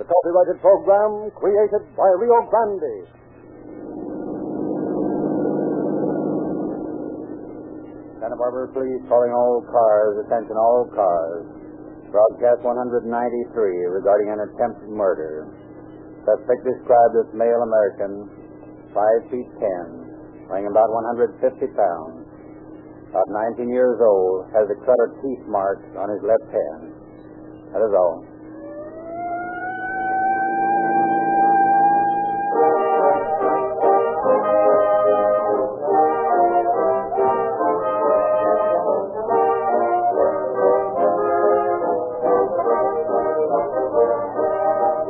copyrighted program created by Rio Grande. Santa Barbara Police calling all cars, attention all cars. Broadcast 193 regarding an attempted murder. Suspect described as male American, 5 feet 10, weighing about 150 pounds. About 19 years old, has a cut or teeth mark on his left hand. That is all.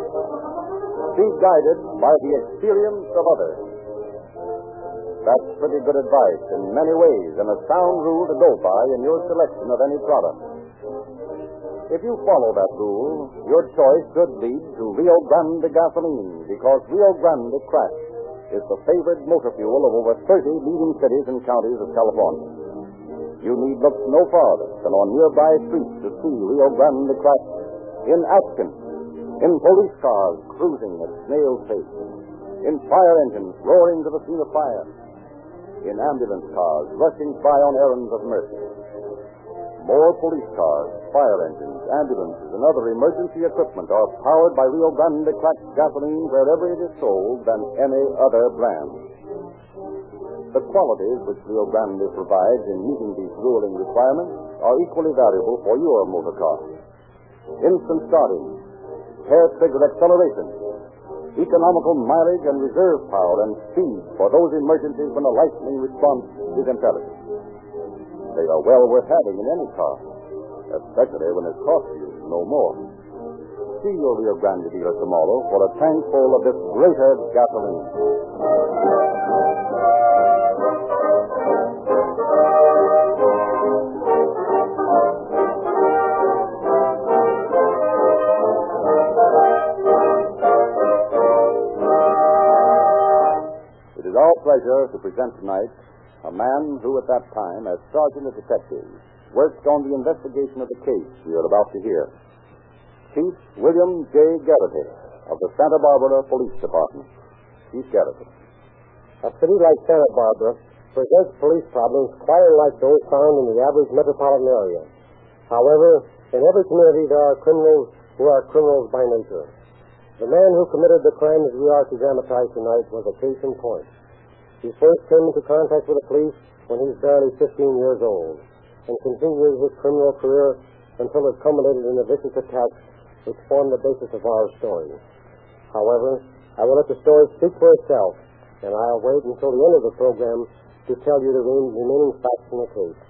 Be guided by the experience of others. That's pretty good advice in many ways and a sound rule to go by in your selection of any product. If you follow that rule, your choice should lead to Rio Grande gasoline because Rio Grande crack is the favored motor fuel of over 30 leading cities and counties of California. You need look no farther than on nearby streets to see Rio Grande crack in action, in police cars cruising at snail pace, in fire engines roaring to the scene of fire, in ambulance cars rushing by on errands of mercy. More police cars, fire engines, ambulances, and other emergency equipment are powered by Rio Grande cracked gasoline wherever it is sold than any other brand. The qualities which Rio Grande provides in meeting these ruling requirements are equally valuable for your motor car. Instant starting, hair trigger acceleration, economical mileage and reserve power and speed for those emergencies when a lightning response is imperative. They are well worth having in any car, especially when it costs you no more. See your Rio Grande dealer tomorrow for a tank full of this greater gasoline. It is our pleasure to present tonight a man who, at that time, as sergeant of detectives, worked on the investigation of the case you are about to hear. Chief William J. Garrity of the Santa Barbara Police Department. Chief Garrity. A city like Santa Barbara presents police problems quite unlike those found in the average metropolitan area. However, in every community there are criminals who are criminals by nature. The man who committed the crimes we are to dramatize tonight was a case in point. He first came into contact with the police when he was barely 15 years old and continued his criminal career until it culminated in the vicious attacks which form the basis of our story. However, I will let the story speak for itself, and I'll wait until the end of the program to tell you the re- remaining facts in the case.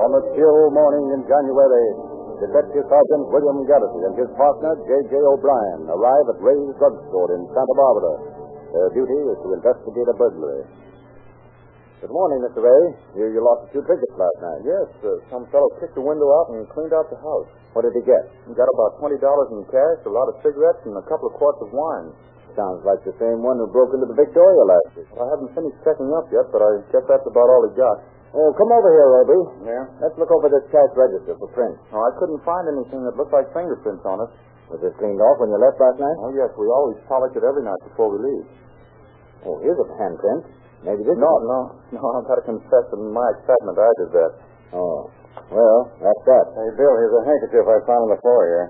On the chill morning in January, Detective Sergeant William Garrity and his partner, J.J. O'Brien, arrive at Ray's Drug Store in Santa Barbara. Their duty is to investigate a burglary. Good morning, Mr. Ray. You, you lost a few tickets last night. Yes, uh, some fellow kicked the window out and cleaned out the house. What did you get? He got about twenty dollars in cash, a lot of cigarettes, and a couple of quarts of wine. Sounds like the same one who broke into the Victoria last week. Well, I haven't finished checking up yet, but I guess that's about all he got. Oh, come over here, Roby. Yeah. Let's look over this cash register for prints. Oh, I couldn't find anything that looked like fingerprints on it. Was it cleaned off when you left last night? Oh yes, we always polish it every night before we leave. Oh, here's a handprint. Maybe this No, one. no, no. I've got to confess, that in my excitement, I did that. Oh. Well, that's that. Hey, Bill, here's a handkerchief I found on the floor here.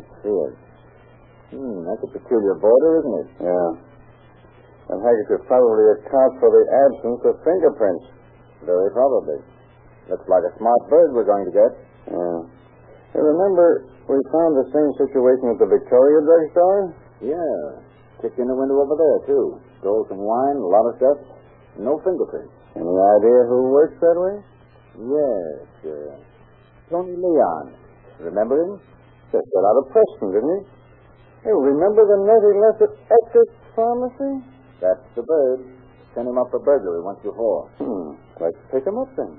Let's see it. Hmm, that's a peculiar border, isn't it? Yeah. That handkerchief probably accounts for the absence of fingerprints. Very probably. Looks like a smart bird we're going to get. Yeah. You remember, we found the same situation at the Victoria drugstore? Yeah. Kicked in the window over there, too. Stole some wine, a lot of stuff. No fingerprints. Any idea who works that way? Yes, uh, Tony Leon. Remember him? Just got out of Preston, didn't he? Hey, remember the note he left at Eckert Pharmacy? That's the bird. Sent him up for burglary once before. Hmm. Let's pick him up then.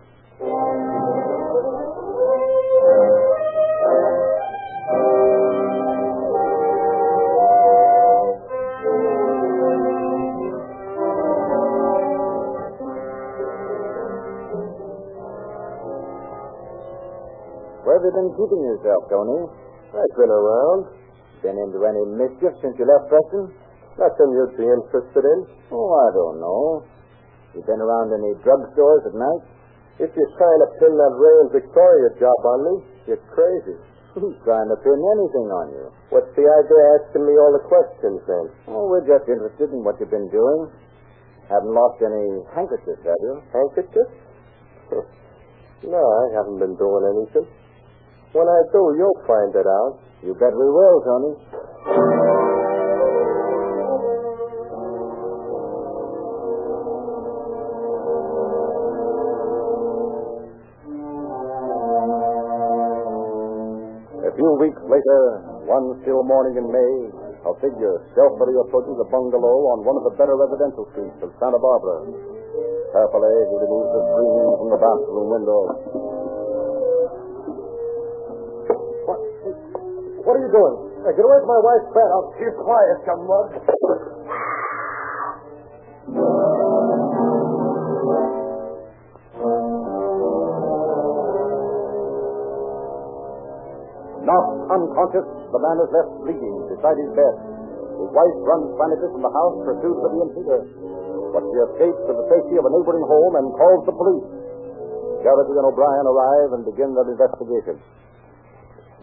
Where have you been keeping yourself, Tony? I've been around. Been into any mischief since you left Preston? Nothing you'd be interested in. Oh, I don't know. You been around any drugstores at night? If you trying to pin that Ray and Victoria job on me, you're crazy. Who's trying to pin anything on you? What's the idea of asking me all the questions then? Oh, we're just interested in what you've been doing. Haven't lost any handkerchiefs, have you? Handkerchief? no, I haven't been doing anything. When I do, you'll find it out. You bet we will, Tony. A few weeks later, one still morning in May, a figure stealthily approaches a bungalow on one of the better residential streets of Santa Barbara. Carefully, he removes the screen from the bathroom window. What, what are you doing? Uh, get away from my wife's bed. I'll keep quiet, you mug. Not unconscious, the man is left bleeding beside his bed. His wife runs frantically from the house, pursued by the intruder. But she escapes to the safety of a neighboring home and calls the police. Garrity and O'Brien arrive and begin their investigation.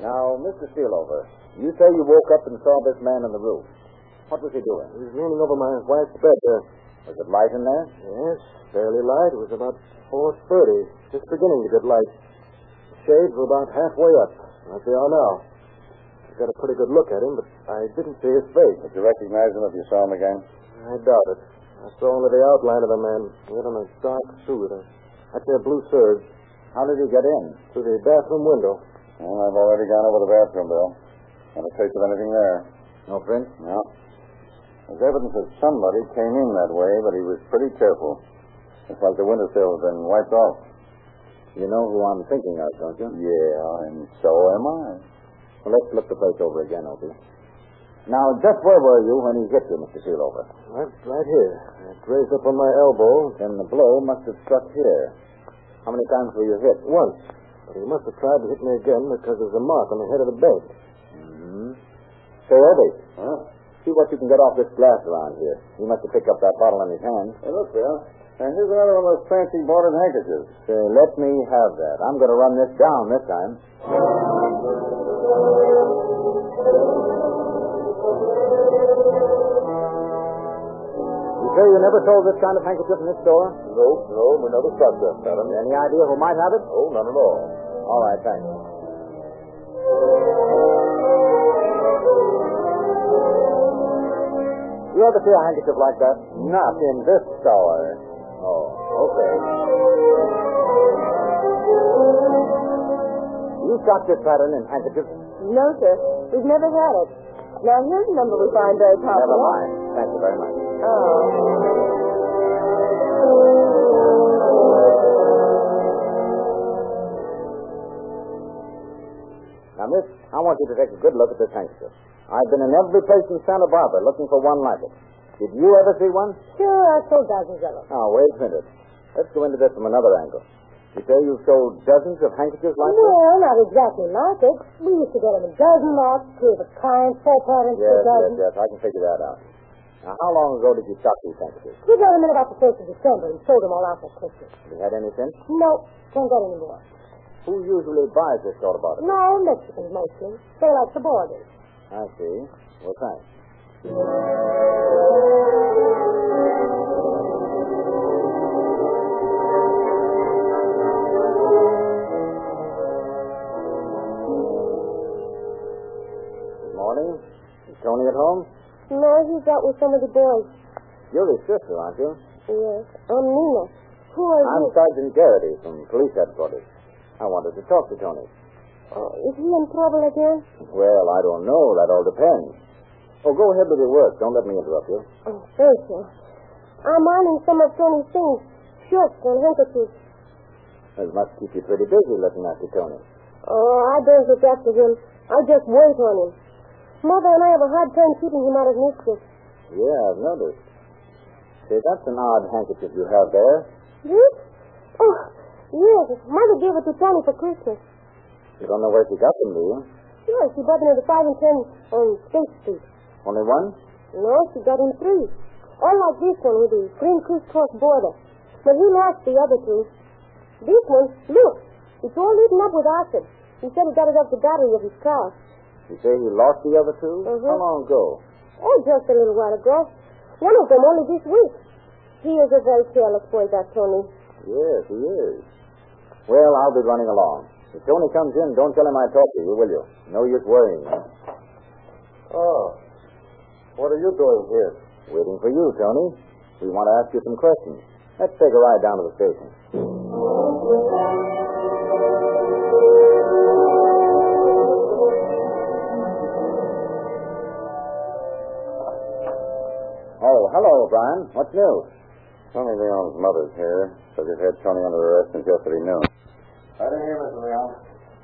Now, Mr. Steelover, you say you woke up and saw this man in the room. What was he doing? He was leaning over my wife's bed there. Was it light in there? Yes, barely light. It was about 4.30, just beginning to get light. Shades were about halfway up, like they are now. I got a pretty good look at him, but I didn't see his face. Did you recognize him if you saw him again? I doubt it. I saw only the outline of the man. He had on a dark suit, a, actually a blue serge, How did he get in? through the bathroom window. Well, I've already gone over the bathroom, Bill. Not a trace of anything there. No print? No. There's evidence that somebody came in that way, but he was pretty careful. It's like the windowsill has been wiped off. You know who I'm thinking of, don't you? Yeah, and so am I. Well, let's look the place over again, Opie. Now, just where were you when he hit you, Mr. Sealover? Right, right here. It raised up on my elbow Then the blow must have struck here. How many times were you hit? once, but he must have tried to hit me again because there's a mark on the head of the bed. Mm-hmm. Say, Eddie. See what you can get off this glass around here. He must have picked up that bottle in his hand. Hey, look, Bill. And here's another one of those fancy bordered handkerchiefs. Say, let me have that. I'm going to run this down this time. You say you never sold this kind of handkerchief in this store? No, no, we never stopped that, madam. Any idea who might have it? Oh, none at all. All right, thanks. You ever see a handkerchief like that? Not in this store. Oh, okay. You got this pattern in handkerchiefs? No, sir. We've never had it. Now, here's a number we find very popular. Never mind. Thank you very much. Oh. Now, miss, I want you to take a good look at this handkerchief. I've been in every place in Santa Barbara looking for one like it. Did you ever see one? Sure, I sold dozens of them. Now, wait a minute. Let's go into this from another angle. You say you've sold dozens of handkerchiefs like this? Well, not exactly like it. We used to get them a dozen lots, two of a kind, four patterns per Yes, yes, dozen. yes. I can figure that out. Now, how long ago did you stock these handkerchiefs? We got them in about the 1st of December and sold them all out for Christmas. Have you had any since? Nope, can't get any more. Who usually buys this sort of bottle? No, Mexicans mostly. They like the borders. I see. Well, thanks. Good morning. Is Tony at home? No, he's out with some of the boys. You're his sister, aren't you? Yes, I'm Nina. Who are I'm you? Sergeant Garrity from police headquarters. I wanted to talk to Tony. Oh, is he in trouble again? Well, I don't know. That all depends. Oh, go ahead with your work. Don't let me interrupt you. Oh, thank you. I'm mining some of Tony's things, shirts and handkerchiefs. It must keep you pretty busy looking after Tony. Oh, I don't look after him. I just wait on him. Mother and I have a hard time keeping him out of mischief. Yeah, I've noticed. Say, that's an odd handkerchief you have there. This? Oh, yes. Mother gave it to Tony for Christmas. You don't know where she got them, do you? Sure, she bought them at the 5 and 10 on State Street. Only one? No, she got him three. All like this one with the green crisscross border. But he lost the other two. This one, look, it's all eaten up with acid. He said he got it off the battery of his car. You say he lost the other 2 Mhm. How long ago? Oh, just a little while ago. One of them only this week. He is a very careless boy, that Tony. Yes, he is. Well, I'll be running along. If Tony comes in, don't tell him I talked to you, will you? No use worrying. Oh. What are you doing here? Waiting for you, Tony. We want to ask you some questions. Let's take a ride down to the station. Oh, hello, Brian. What's new? Tony Leon's mother's here. Says they've had Tony under arrest since yesterday noon. I didn't hear Mr. Leon.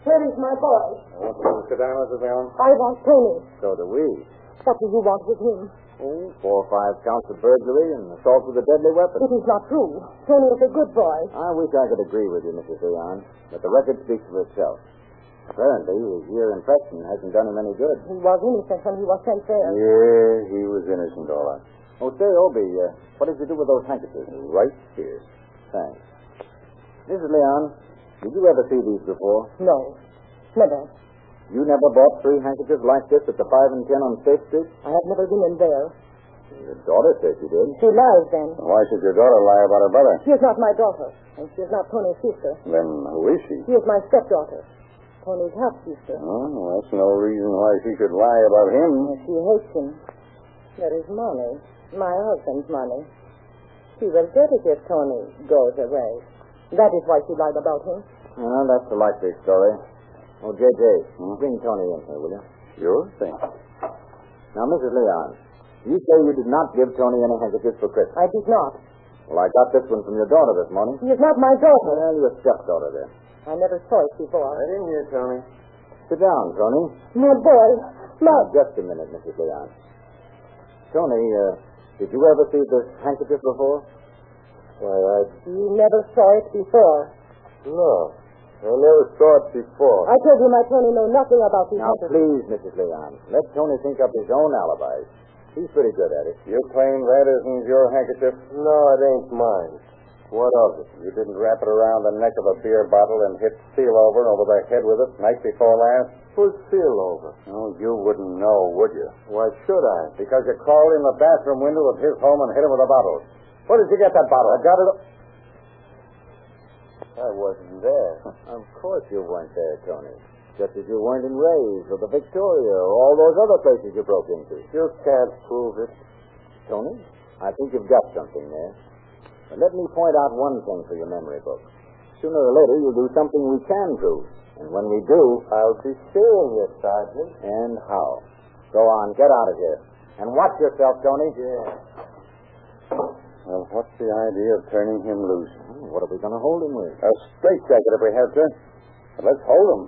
Where is my boy? Want you to sit down, Mrs. Leon? I want Tony. So do we. What do you want with him? Hmm? Oh, Four or five counts of burglary and assault with a deadly weapon. It is not true. Tony is a good boy. I wish I could agree with you, Mrs. Leon, but the record speaks for itself. Apparently, his year in Preston hasn't done him any good. He was innocent when he was sent there. Yeah, he was innocent, all right. Oh, say, Obie, uh, what did you do with those handkerchiefs? Right here. Thanks. Mrs. Leon, did you ever see these before? No. Never. You never bought three handkerchiefs like this at the 5 and 10 on State Street? I have never been in there. Your daughter says you did. She lies then. Why should your daughter lie about her brother? She is not my daughter, and she is not Tony's sister. Then who is she? She is my stepdaughter. Tony's half sister. Oh, that's no reason why she should lie about him. She hates him. That is money. My husband's money. She will get it if Tony goes away. That is why she lied about him. Well, that's a likely story. Oh, J.J., bring Tony in here, will you? Sure thing. Now, Mrs. Leon, you say you did not give Tony any handkerchiefs for Christmas. I did not. Well, I got this one from your daughter this morning. She is not my daughter. Well, your stepdaughter then. I never saw it before. didn't hear Tony. Sit down, Tony. My boy. My... Just a minute, Mrs. Leon. Tony, uh, did you ever see this handkerchief before? Why, I... You never saw it before. No. I never saw it before. I told you my Tony know nothing about these Now, matters. please, Mrs. Leon, let Tony think up his own alibis. He's pretty good at it. You claim that isn't your handkerchief? No, it ain't mine. What of it? You didn't wrap it around the neck of a beer bottle and hit seal over and over the head with it night before last? Who's seal over? Oh, you wouldn't know, would you? Why should I? Because you crawled in the bathroom window of his home and hit him with a bottle. Where did you get that bottle? I got it. I wasn't there. Of course you weren't there, Tony. Just as you weren't in Ray's or the Victoria or all those other places you broke into. You can't prove it. Tony, I think you've got something there. But let me point out one thing for your memory book. Sooner or later, you'll do something we can prove. And when we do, I'll be seeing you, Sergeant. and how. Go on, get out of here. And watch yourself, Tony. Well, what's the idea of turning him loose? Hmm, What are we going to hold him with? A straitjacket if we have to. But let's hold him.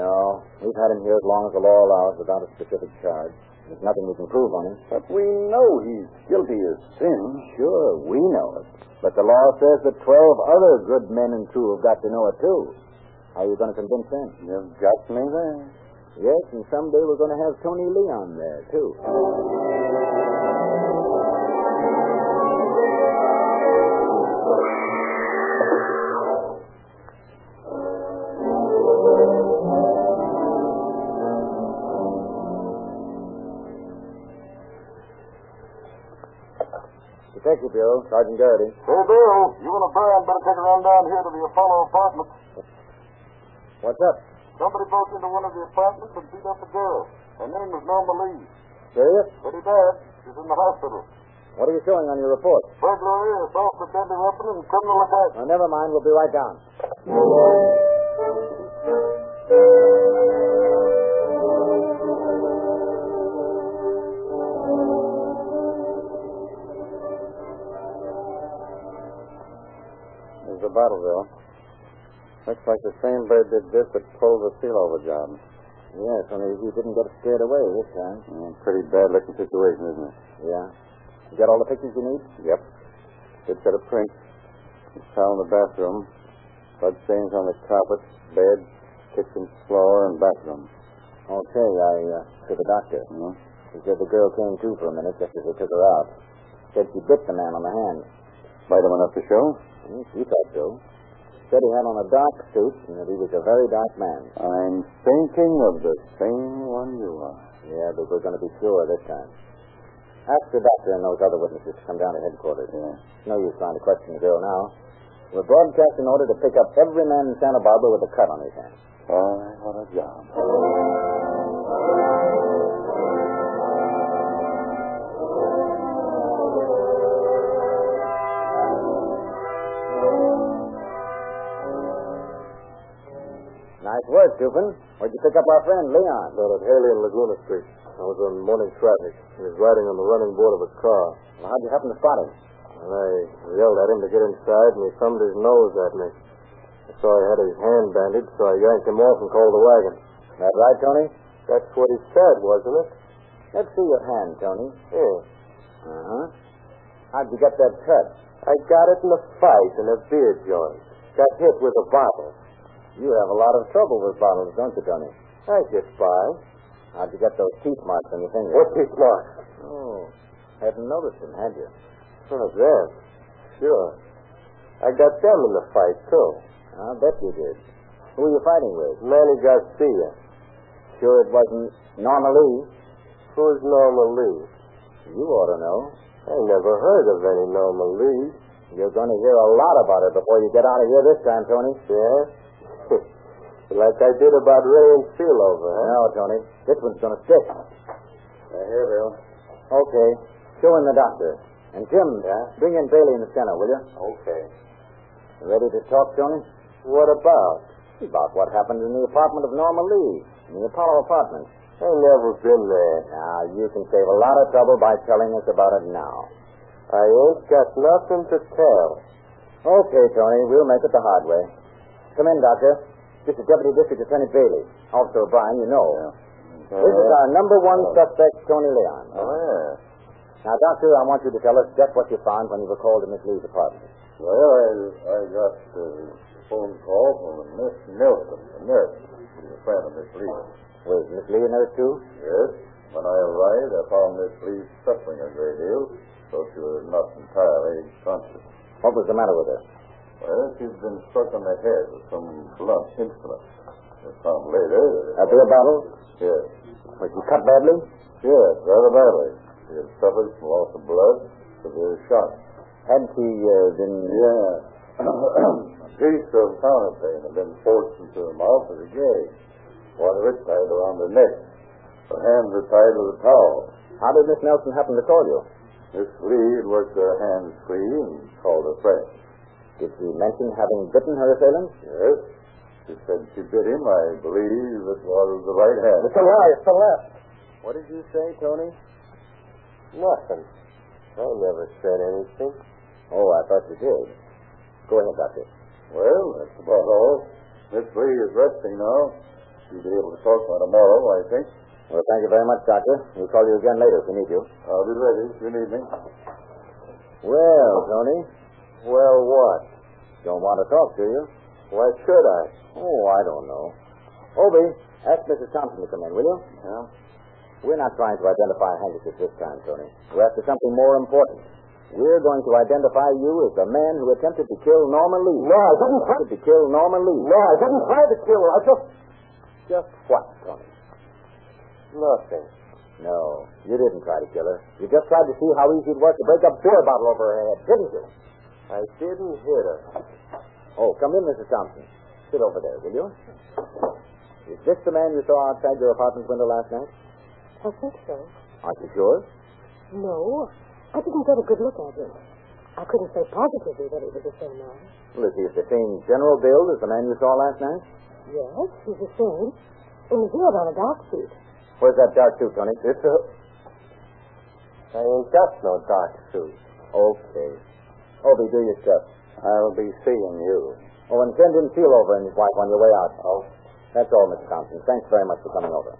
No, we've had him here as long as the law allows without a specific charge. There's nothing we can prove on him. But we know he's guilty of sin. Sure, we know it. But the law says that 12 other good men and two have got to know it, too. How are you going to convince them? You've got me there. Yes, and someday we're going to have Tony Leon there, too. Detective Bureau, Sergeant Garrity. Hey, Bill, you and a Brian better take a run down here to the Apollo apartment. What's up? Somebody broke into one of the apartments and beat up a girl. Her name was Norma Lee. Serious? Pretty bad. She's in the hospital. What are you showing on your report? Burglary, assault with deadly weapon, and criminal attack. Well, never mind. We'll be right down. There's the bottle, Bill. Looks like the same bird did this that pulled the seal over job. Yes, only he didn't get scared away this time. Mm, pretty bad looking situation, isn't it? Yeah. You got all the pictures you need? Yep. Good set of prints. It's found in the bathroom. Blood stains on the carpet, bed, kitchen floor and bathroom. Okay, I, uh, to the doctor. Hmm? He said the girl came to for a minute just as they took her out. Said she bit the man on the hand. Bite him enough to show? Hmm, She thought so. Said he had on a dark suit and that he was a very dark man. I'm thinking of the same one you are. Yeah, but we're going to be sure this time. Ask the doctor and those other witnesses to come down to headquarters. Yeah. No use trying to question the girl now. We're broadcast an order to pick up every man in Santa Barbara with a cut on his hand. Boy, what a job. Nice work, Dupin. Where'd you pick up our friend, Leon? Down at Haley and Laguna Street. I was on morning traffic. He was riding on the running board of a car. Well, how'd you happen to spot him? And I yelled at him to get inside, and he thumbed his nose at me. I saw he had his hand bandaged, so I yanked him off and called the wagon. That right, Tony? That's what he said, wasn't it? Let's see your hand, Tony. Yeah. Uh-huh. How'd you get that cut? I got it in a fight in a beer joint. Got hit with a bottle. You have a lot of trouble with bottles, don't you, Tony? I get by. How'd you get those teeth marks on your fingers? What's his mark? Oh, hadn't noticed them, had you? Oh, them. Sure. I got them in the fight, too. I'll bet you did. Who were you fighting with? Manny Garcia. Sure it wasn't Norma Lee? Who's Norma Lee? You ought to know. I never heard of any Norma Lee. You're going to hear a lot about it before you get out of here this time, Tony. Yeah? like I did about Ray and Sealover, huh? No, Tony. This one's going to stick. here, Bill. Okay. Show in the doctor. And Jim, bring in Bailey in the center, will you? Okay. Ready to talk, Tony? What about? About what happened in the apartment of Norma Lee, in the Apollo apartment. I never been there. Now, you can save a lot of trouble by telling us about it now. I ain't got nothing to tell. Okay, Tony, we'll make it the hard way. Come in, Doctor. This is Deputy District Attorney Bailey. Officer O'Brien, you know. This is our number one suspect, Tony Leon. yeah. Now, Doctor, I want you to tell us just what you found when you were called to Miss Lee's apartment. Well, I, I got a phone call from Miss Nelson, a nurse. She's a friend of Miss Lee. Was Miss Lee a nurse, too? Yes. When I arrived, I found Miss Lee suffering a great deal, though she was not entirely conscious. What was the matter with her? Well, she'd been struck on the head with some blunt instrument. I found later A that... beer bottle? Yes. Was she cut badly? Yes, rather badly. She had suffered from loss of blood, severe shock. Had she uh, been... Yeah. a piece of counterpane had been forced into her mouth as a gag. One of it tied around her neck. Her hands were tied with a towel. How did Miss Nelson happen to call you? Miss Lee had worked her hands free and called her friend. Did she mention having bitten her assailant? Yes. She said she bit him. I believe it was the right hand. right, it's the left. What did you say, Tony? Nothing. I never said anything. Oh, I thought you did. Go ahead, Doctor. Well, that's about all. Miss Lee is resting now. She'll be able to talk by tomorrow, I think. Well, thank you very much, Doctor. We'll call you again later if we need you. I'll be ready if you need me. Well, Tony, Well, what? don't want to talk, do you? Why should I? Oh, I don't know. Obie, ask Mrs. Thompson to come in, will you? Yeah. We're not trying to identify a handkerchief this time, Tony. We're after something more important. We're going to identify you as the man who attempted to kill Norma Lee. No, I didn't try- Attempted to kill Norma Lee. No, I didn't try to kill her. I just. Just what, Tony? Nothing. No, you didn't try to kill her. You just tried to see how easy it was to break a beer bottle over her head, didn't you? I didn't hit her. Oh, come in, Mrs. Thompson. Sit over there, will you? Is this the man you saw outside your apartment window last night? I think so. Aren't you sure? No, I didn't get a good look at him. I couldn't say positively that it was the same man. Well, is he of the same general build as the man you saw last night? Yes, he's the same. And he had on a dark suit. Where's that dark suit, Tony? It's a... I ain't got no dark suit. Okay. Obie, do your stuff. I'll be seeing you. Oh, and send in Seal over and his wife on your way out. Oh. That's all, Mrs. Thompson. Thanks very much for coming over.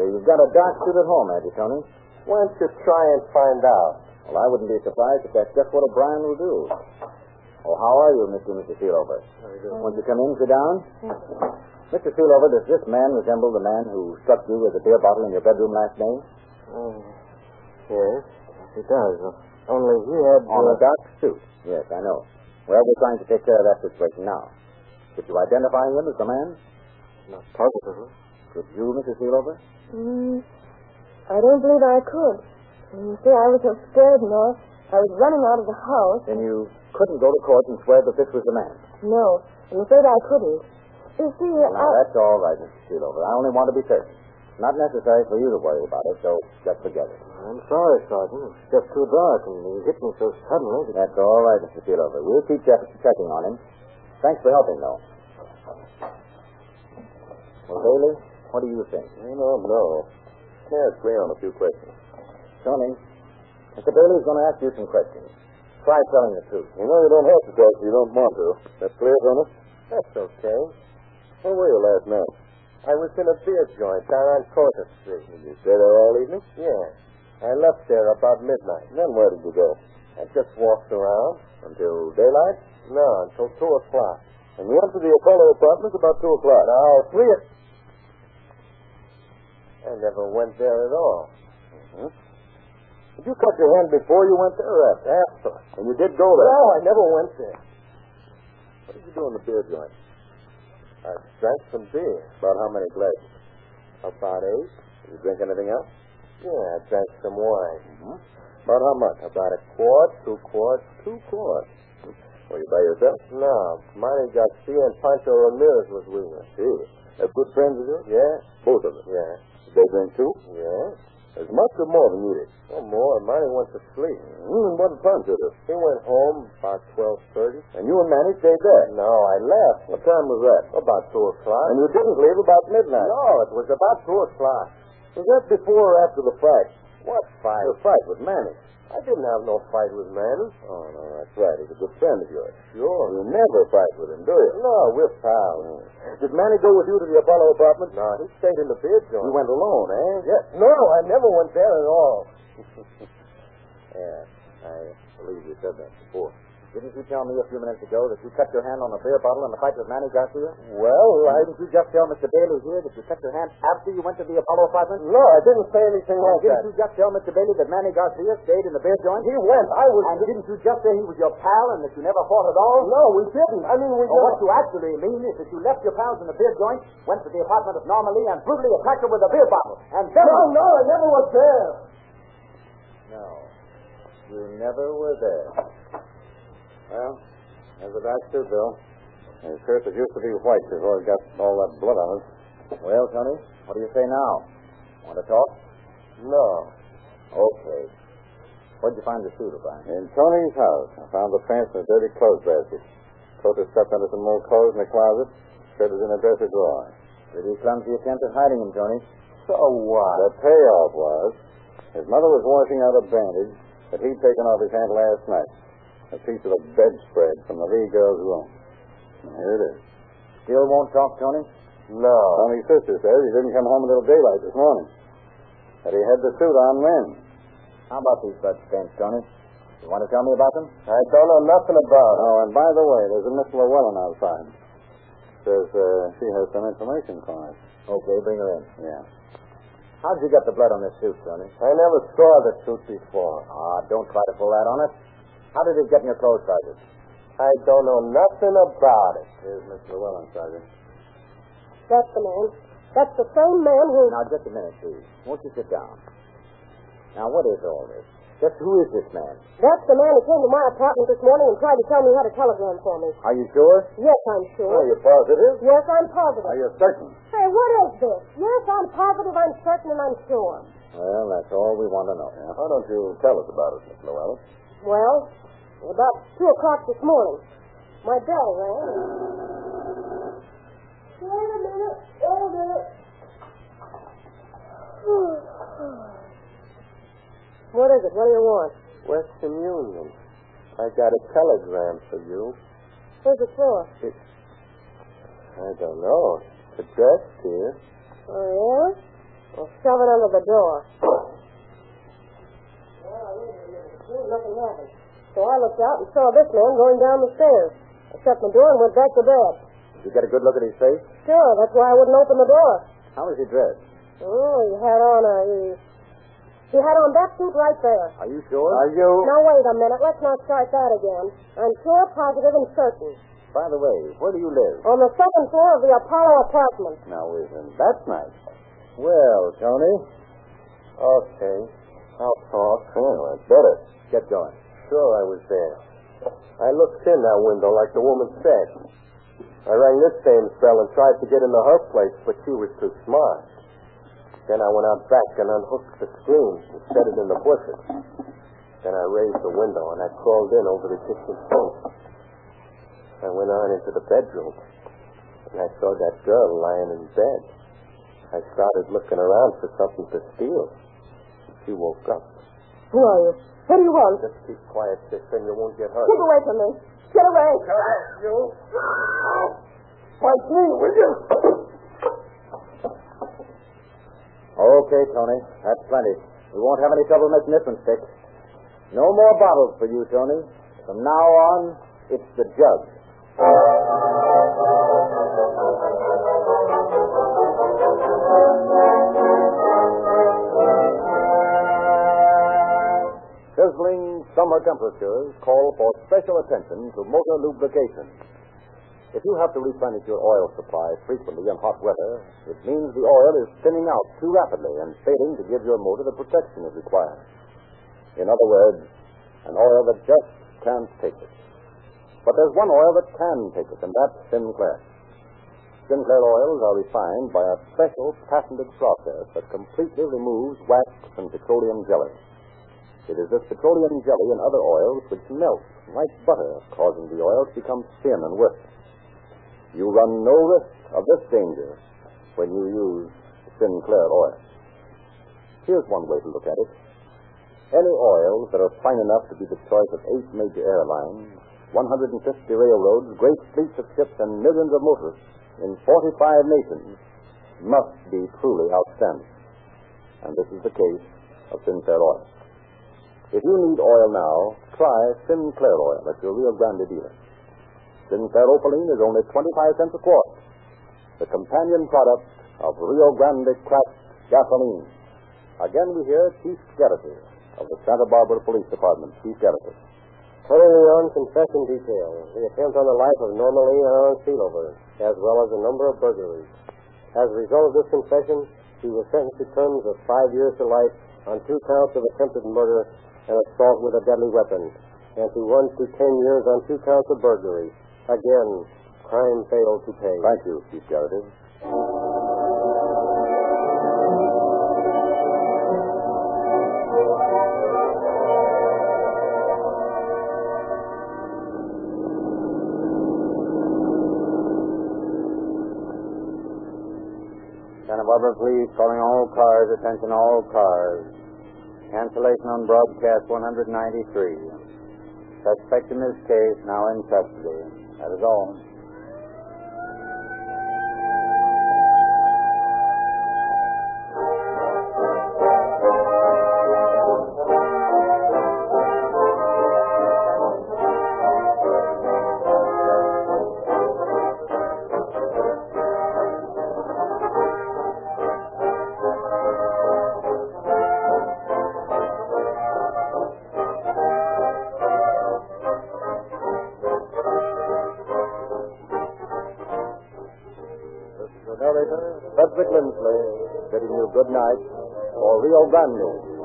So you've got a dark suit at home, have you, Tony? Why don't you try and find out? Well, I wouldn't be surprised if that's just what O'Brien will do. Oh, how are you, Mr. and Mrs. Seelover? Very good. Won't you come in? Sit down. Mr. Seelover, does this man resemble the man who struck you with the beer bottle in your bedroom last night? yes, it does. Only he had. uh, On a dark suit. Yes, I know. Well, we're trying to take care of that situation now. Could you identify him as the man? Not positively. Could you, Mrs. Seelover? Mm, I don't believe I could. You see, I was so scared, North. I was running out of the house. Then you couldn't go to court and swear that this was the man. No, I'm afraid I couldn't. You see, Well, now, I... that's all right, Mrs. Seelover. I only want to be certain. Not necessary for you to worry about it, so just forget it. I'm sorry, Sergeant. It's just too dark, and he hit me so suddenly. That's all right, Mr. Seelover. We'll keep check- checking on him. Thanks for helping, though. Well, Bailey, what do you think? I don't know. Can't agree on a few questions. Tony, Mr. Bailey's going to ask you some questions. Try telling the truth. You know you don't have to talk if you don't want to. That clear, Jonas? That's okay. Where were you last night? I was in a beer joint down on Corter Street. Did you stay there all evening? Yeah. I left there about midnight. Then where did you go? I just walked around. Until daylight? No, until 2 o'clock. And you went to the Apollo apartments about 2 o'clock? No, 3 o'clock. I never went there at all. Mm-hmm. Did you cut your hand before you went there or after? After. And you did go there? No, I never went there. What did you do in the beer joint? I drank some beer. About how many glasses? About eight. Did you drink anything else? Yeah, I drank some wine. Mm-hmm. About how much? About a quart, two quarts, two quarts. Were you by yourself? No. Marty Garcia and Pancho Ramirez was with me. See. They're good friends of yours? Yeah. Both of them? Yeah. Did they drink too? Yeah. As much or more than you did? Oh, more. Marty went to sleep. Mm, what did Pancho do? He went home about 12.30. And you and Manny stayed there? No, I left. What time was that? About 2 o'clock. And you didn't leave about midnight? No, it was about 2 o'clock. Was that before or after the fight? What fight? The fight with Manny. I didn't have no fight with Manny. Oh, no, that's right. He's a good friend of yours. Sure. You never fight with him, do you? No, we're pals. Did Manny go with you to the Apollo apartment? No, he stayed in the beer joint. You went alone, eh? Yes. No, I never went there at all. yeah, I believe you said that before. Didn't you tell me a few minutes ago that you cut your hand on a beer bottle in the fight with Manny Garcia? Well, I... Didn't you just tell Mr. Bailey here that you cut your hand after you went to the Apollo apartment? No, I didn't say anything like didn't that. you just tell Mr. Bailey that Manny Garcia stayed in the beer joint? He went. I was... And didn't you just say he was your pal and that you never fought at all? No, we didn't. I mean, we... Or what you actually mean is that you left your pals in the beer joint, went to the apartment of Norma Lee, and brutally attacked her with a beer bottle. And then... No, no, I never was there. No. You never were there. Well, there's a dark suit, Bill. And of course, it used to be white before it got all that blood on it. Well, Tony, what do you say now? Want to talk? No. Okay. Where'd you find the suit, O'Brien? In Tony's house, I found the pants in a dirty clothes basket. Coat was stuffed under some old clothes in the closet. Shirt was in a dresser drawer. Pretty clumsy attempt at hiding him, Tony. So what? The payoff was his mother was washing out a bandage that he'd taken off his hand last night. A piece of a bedspread from the Lee girl's room. And here it is. Still won't talk, Tony? No. Tony's sister says he didn't come home until daylight this morning. That he had the suit on then. How about these blood stains, Tony? You want to tell me about them? I don't know nothing about it. Oh, and by the way, there's a Miss Llewellyn outside. Says uh, she has some information for us. Okay, bring her in. Yeah. How'd you get the blood on this suit, Tony? I never saw the suit before. Ah, don't try to pull that on us. How did it get in your clothes, Sergeant? I don't know nothing about it. Here's Miss Llewellyn, Sergeant. That's the man. That's the same man who... Now, just a minute, please. Won't you sit down? Now, what is all this? Just who is this man? That's the man who came to my apartment this morning and tried to tell me how to telegram for me. Are you sure? Yes, I'm Oh, Are sure. you positive? Yes, I'm positive. Are you certain? Hey, what is this? Yes, I'm positive, I'm certain, and I'm sure. Well, that's all we want to know. Why don't you tell us about it, Miss Llewellyn? Well, about two o'clock this morning, my bell rang. Wait a minute, wait a minute. What is it? What do you want? Western Union. I got a telegram for you. Where's it for? I don't know. It's addressed here. Oh, yeah? Well, shove it under the door. Well, nothing happened. So so I looked out and saw this man going down the stairs. I shut my door and went back to bed. Did you get a good look at his face? Sure, that's why I wouldn't open the door. How was he dressed? Oh, he had on a... He, he had on that suit right there. Are you sure? Are you? Now, wait a minute. Let's not start that again. I'm sure, positive, and certain. By the way, where do you live? On the second floor of the Apollo apartment. Now, isn't that nice? Well, Tony. Okay. I'll talk. Well, that's better. Get going. Sure I was there. I looked in that window like the woman said. I rang this same cell and tried to get into her place, but she was too smart. Then I went out back and unhooked the screen and set it in the bushes. Then I raised the window and I crawled in over the kitchen sink. I went on into the bedroom and I saw that girl lying in bed. I started looking around for something to steal. She woke up. Who are you? What do you want? Just keep quiet, sister, and you won't get hurt. Get away from me. Get away. You? Fight me, will you? Okay, Tony. That's plenty. We won't have any trouble making this one stick. No more bottles for you, Tony. From now on, it's the jug. Sizzling summer temperatures call for special attention to motor lubrication. If you have to replenish your oil supply frequently in hot weather, it means the oil is thinning out too rapidly and failing to give your motor the protection it requires. In other words, an oil that just can't take it. But there's one oil that can take it, and that's Sinclair. Sinclair oils are refined by a special patented process that completely removes wax and petroleum jelly. It is this petroleum jelly and other oils which melt like butter, causing the oil to become thin and worthless. You run no risk of this danger when you use Sinclair oil. Here's one way to look at it. Any oils that are fine enough to be the choice of eight major airlines, 150 railroads, great fleets of ships, and millions of motorists in 45 nations must be truly outstanding. And this is the case of Sinclair oil. If you need oil now, try Sinclair oil at your Rio Grande dealer. Sinclair Opaline is only 25 cents a quart. The companion product of Rio Grande cracked gasoline. Again, we hear Chief Editor of the Santa Barbara Police Department, Chief Editor. Tony Leon confessing details. The attempt on the life of Norma Lee and Alan Seelover, as well as a number of burglaries. As a result of this confession, he was sentenced to terms of five years to life on two counts of attempted murder and assault with a deadly weapon, and to one to ten years on two counts of burglary. Again, crime failed to pay. Thank you, Chief Editor. Santa Barbara Police calling all cars, attention all cars. Cancellation on broadcast 193. Suspect in this case now in custody. That is all. Frederick Lindsley bidding you good night for Rio Grande.